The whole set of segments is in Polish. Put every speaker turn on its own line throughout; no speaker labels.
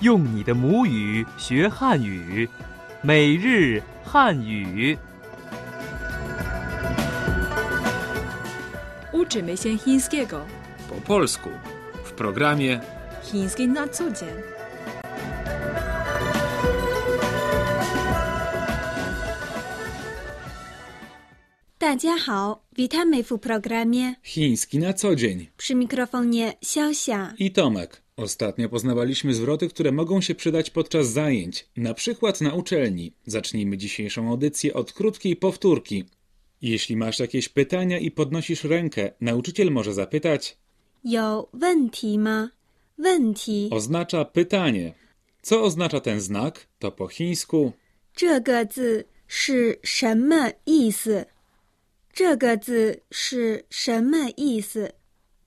用你的母语学汉语，每日汉语。
Uczymy się chińskiego.
po polsku w programie
Chiński na co dzień.
Witamy w programie
Chiński na co dzień
przy mikrofonie Siasia.
i Tomek. Ostatnio poznawaliśmy zwroty, które mogą się przydać podczas zajęć, na przykład na uczelni. Zacznijmy dzisiejszą audycję od krótkiej powtórki. Jeśli masz jakieś pytania i podnosisz rękę, nauczyciel może zapytać.
有问题吗？问题
Oznacza pytanie. Co oznacza ten znak? To po chińsku
这个字是什么意思？这个字是什么意思？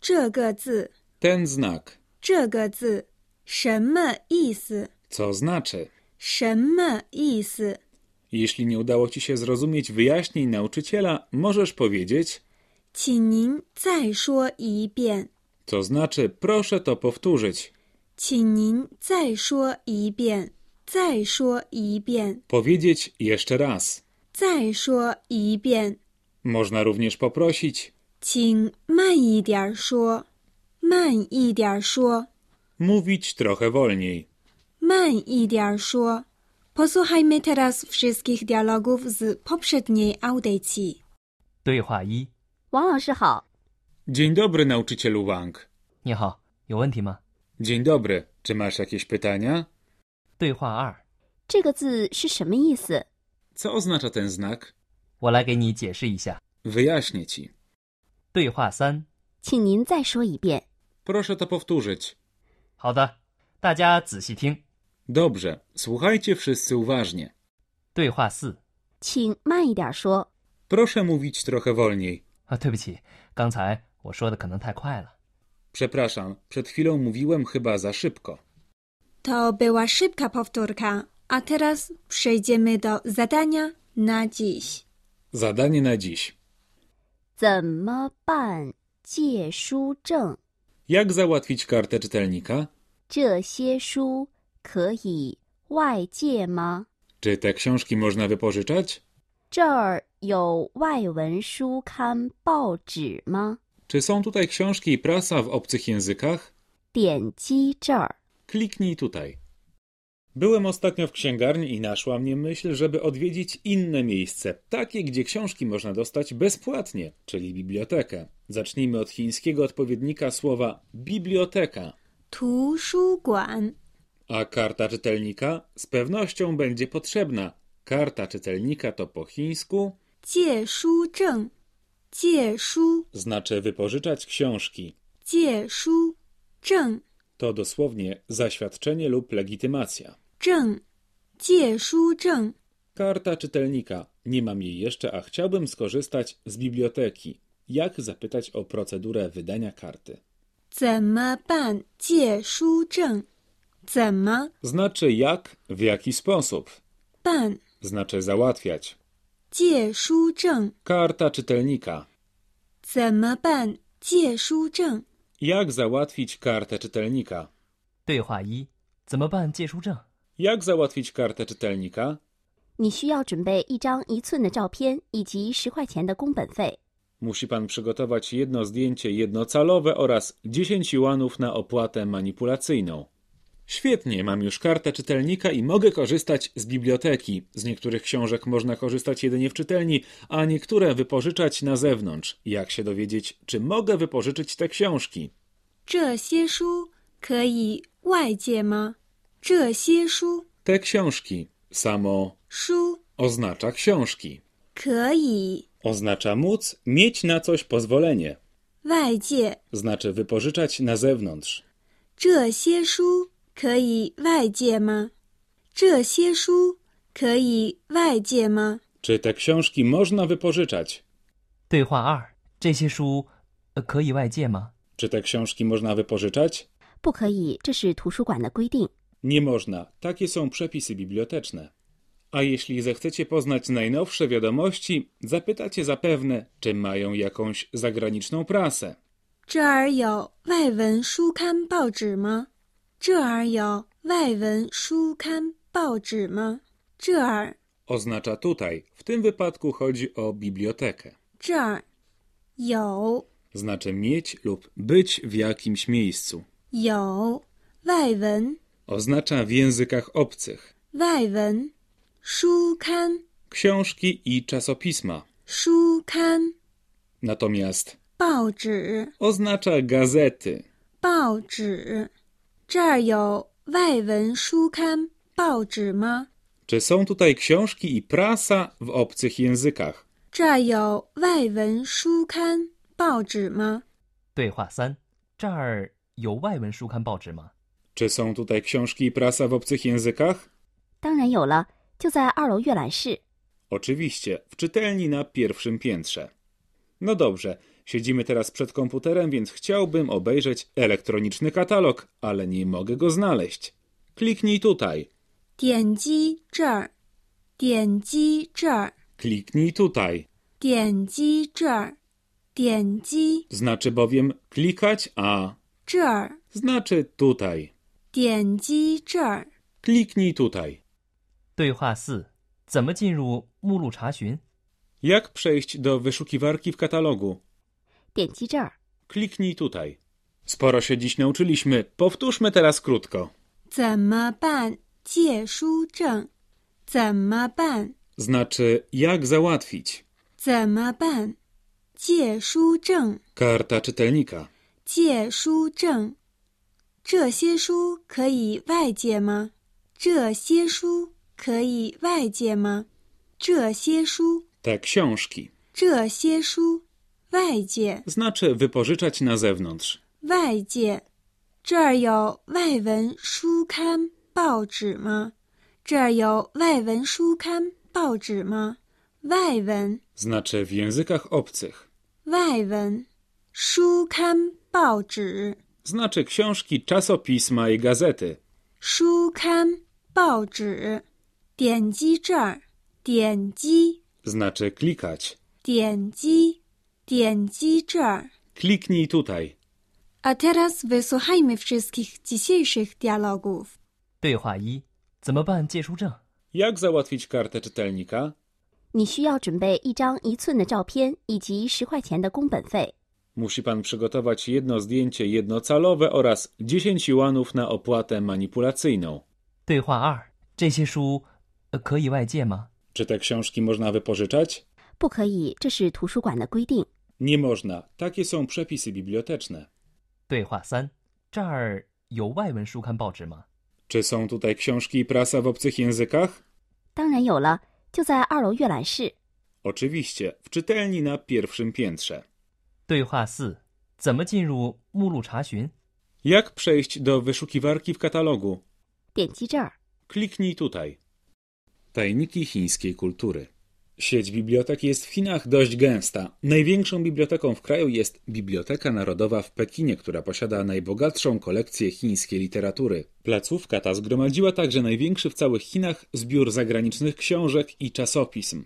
这个字，
ten znak.
这个字，什么意思？
Co znaczy?
什么意思？
Jeśli nie udało ci się zrozumieć wyjaśnień nauczyciela, możesz powiedzieć.
请您再说一遍，
To znaczy, proszę to powtórzyć.
请您再说一遍，再说一遍，
Powiedzieć jeszcze raz.
再说一遍。
Można również poprosić.
请慢一点儿说，慢一点儿说，
Mówić trochę wolniej.
慢一点儿说。Posłuchajmy teraz wszystkich dialogów z poprzedniej audycji.
对话一：
王老师好，
Dzień dobry, nauczycielu Wang.
你好，有问题吗？
Dzień dobry. Czy masz jakieś pytania?
对话二：
这个字是什么意思？
Co oznacza ten znak?
我来给你解释一下。
Wyjaśnię ci.
对话三：
请您再说一遍。
Proszę to powtórzyć.
好的，大家仔细听。
Dobrze, słuchajcie wszyscy uważnie.
对话四：
请慢一点说。
Proszę mówić trochę wolniej.
啊，对不起，刚才我说的可能太快了。
Przepraszam, przed chwilą mówiłem chyba za szybko.
To była szybka powtórka, a teraz przejdziemy do zadania na dziś.
Zadanie na dziś.
怎么办借书证？
Jak załatwić kartę czytelnika?
这些书可以外借吗？
Czy te książki można wypożyczać?
这儿有外文书刊报纸吗？
Czy są tutaj książki i prasa w obcych językach?
点击这儿。
Kliknij tutaj. Byłem ostatnio w księgarni i naszła mnie myśl, żeby odwiedzić inne miejsce, takie gdzie książki można dostać bezpłatnie, czyli bibliotekę. Zacznijmy od chińskiego odpowiednika słowa biblioteka,
图书馆，
a karta czytelnika z pewnością będzie potrzebna. Karta czytelnika to po chińsku
借书证，借书，
znaczy wypożyczać książki.
借书证
To dosłownie zaświadczenie lub legitymacja.
证，借书证。
Karta czytelnika. Nie mam jej jeszcze, a chciałbym skorzystać z biblioteki. Jak zapytać o procedurę wydania karty?
怎么办借书证？怎么
Znaczy jak, w jaki sposób.
办
Znaczy załatwiać.
借书证？
Karta czytelnika.
怎么办借书证？
Jak załatwić kartę czytelnika?
对话一：怎么办借书证？
Jak załatwić kartę czytelnika?
你需要准备一张一寸的照片以及十块钱的工本费。
Musi pan przygotować jedno zdjęcie jednocalowe oraz 10 juanów na opłatę manipulacyjną. Świetnie, mam już kartę czytelnika i mogę korzystać z biblioteki. Z niektórych książek można korzystać jedynie w czytelni, a niektóre wypożyczać na zewnątrz. Jak się dowiedzieć, czy mogę wypożyczyć te książki?
这些书可以外借吗？这些书
Te książki. Samo
书
oznacza książki.
可以
Oznacza móc mieć na coś pozwolenie,
外借，
znaczy wypożyczać na zewnątrz.
这些书可以外借吗？这些书可以外借吗？
Czy te książki można wypożyczać?
对话二：这些书，呃，可以外借吗？
Czy te książki można wypożyczać?
不可以，这是图书馆的规定。
Nie można. Takie są przepisy biblioteczne. A jeśli zechcecie poznać najnowsze wiadomości, zapytacie zapewne, czy mają jakąś zagraniczną prasę.
这儿有外文书刊报纸吗？这儿有外文书刊、报纸吗？这儿，
oznacza tutaj. W tym wypadku chodzi o bibliotekę.
这儿，有，
Znaczy mieć lub być w jakimś miejscu.
有，外文，
Oznacza w językach obcych.
外文，书刊，
Książki i czasopisma.
书刊，
Natomiast
报纸，
oznacza gazety.
报纸。这儿有外文书刊、报纸吗？
Czy są tutaj książki i prasa w obcych językach?
这儿有外文书刊、报纸吗？
对话三：这儿有外文书刊报纸吗？
Czy są tutaj książki i prasa w obcych językach?
当然有了，就在二楼阅览室。
Oczywiście, w czytelni na pierwszym piętrze. No dobrze, siedzimy teraz przed komputerem, więc chciałbym obejrzeć elektroniczny katalog, ale nie mogę go znaleźć. Kliknij tutaj,
点击这儿，点击这儿，
kliknij tutaj.
点击这儿，点击
Znaczy bowiem klikać, a
这儿，
znaczy tutaj.
点击这儿。
Kliknij tutaj.
对话四：怎么进入目录查询？
Jak przejść do wyszukiwarki w katalogu?
点击这儿，
Kliknij tutaj. Sporo się dziś nauczyliśmy. Powtórzmy teraz krótko.
怎么办？借书证怎么办？
Znaczy jak załatwić?
怎么办？借书证，
Karta czytelnika.
借书证。这些书可以外借吗？这些书可以外借吗？这些书，
Te książki.
这些书，外借，
Znaczy wypożyczać na zewnątrz.
外借。这儿有外文书刊、报纸吗？这儿有外文书刊、报纸吗？外文。
Znaczy w językach obcych.
外文书刊、报纸、
Znaczy książki, czasopisma i gazety.
书刊、报纸。点击这儿，点击，
Znaczy klikać.
点击，点击这儿。
Kliknij tutaj.
A teraz wysłuchajmy wszystkich dzisiejszych dialogów.
对话一：怎么办借书证？
Jak załatwić kartę czytelnika?
你需要准备一张一寸的照片以及十块钱的工本费。
Musi pan przygotować jedno zdjęcie jednocalowe oraz 10 juanów na opłatę manipulacyjną.
对话二：这些书呃可以外借吗？
Czy te książki można wypożyczać?
不可以，这是图书馆的规定。
Nie można. Takie są przepisy biblioteczne.
对话三：这儿有外文书刊报纸吗？
Czy są tutaj książki i prasa w obcych językach?
当然有了，就在二楼阅览室。
Oczywiście, w czytelni na pierwszym piętrze.
对话四：怎么进入目录查询？
Jak przejść do wyszukiwarki w katalogu?
点击这儿，
Kliknij tutaj. Tajniki chińskiej kultury. Sieć bibliotek jest w Chinach dość gęsta. Największą biblioteką w kraju jest Biblioteka Narodowa w Pekinie, która posiada najbogatszą kolekcję chińskiej literatury. Placówka ta zgromadziła także największy w całych Chinach zbiór zagranicznych książek i czasopism.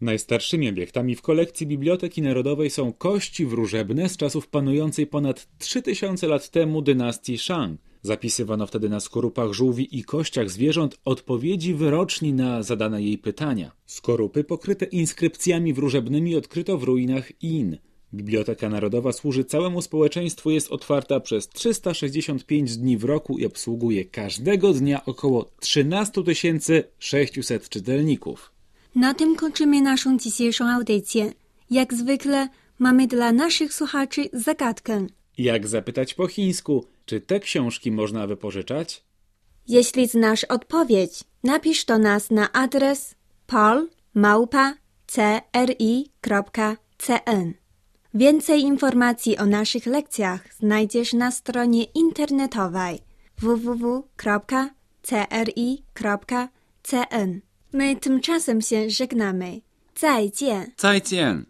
Najstarszymi obiektami w kolekcji Biblioteki Narodowej są kości wróżebne z czasów panującej ponad 3000 lat temu dynastii Shang. Zapisywano wtedy na skorupach żółwi i kościach zwierząt odpowiedzi wyroczni na zadane jej pytania. Skorupy pokryte inskrypcjami wróżebnymi odkryto w ruinach In. Biblioteka Narodowa służy całemu społeczeństwu, jest otwarta przez 365 dni w roku i obsługuje każdego dnia około 13 600 czytelników.
Na tym kończymy naszą dzisiejszą audycję. Jak zwykle mamy dla naszych słuchaczy zagadkę.
Jak zapytać po chińsku, czy te książki można wypożyczać?
Jeśli znasz odpowiedź, napisz do nas na adres polmałpa.cri.cn. Więcej informacji o naszych lekcjach znajdziesz na stronie internetowej www.cri.cn. My tymczasem się żegnamy. 再见。
再见。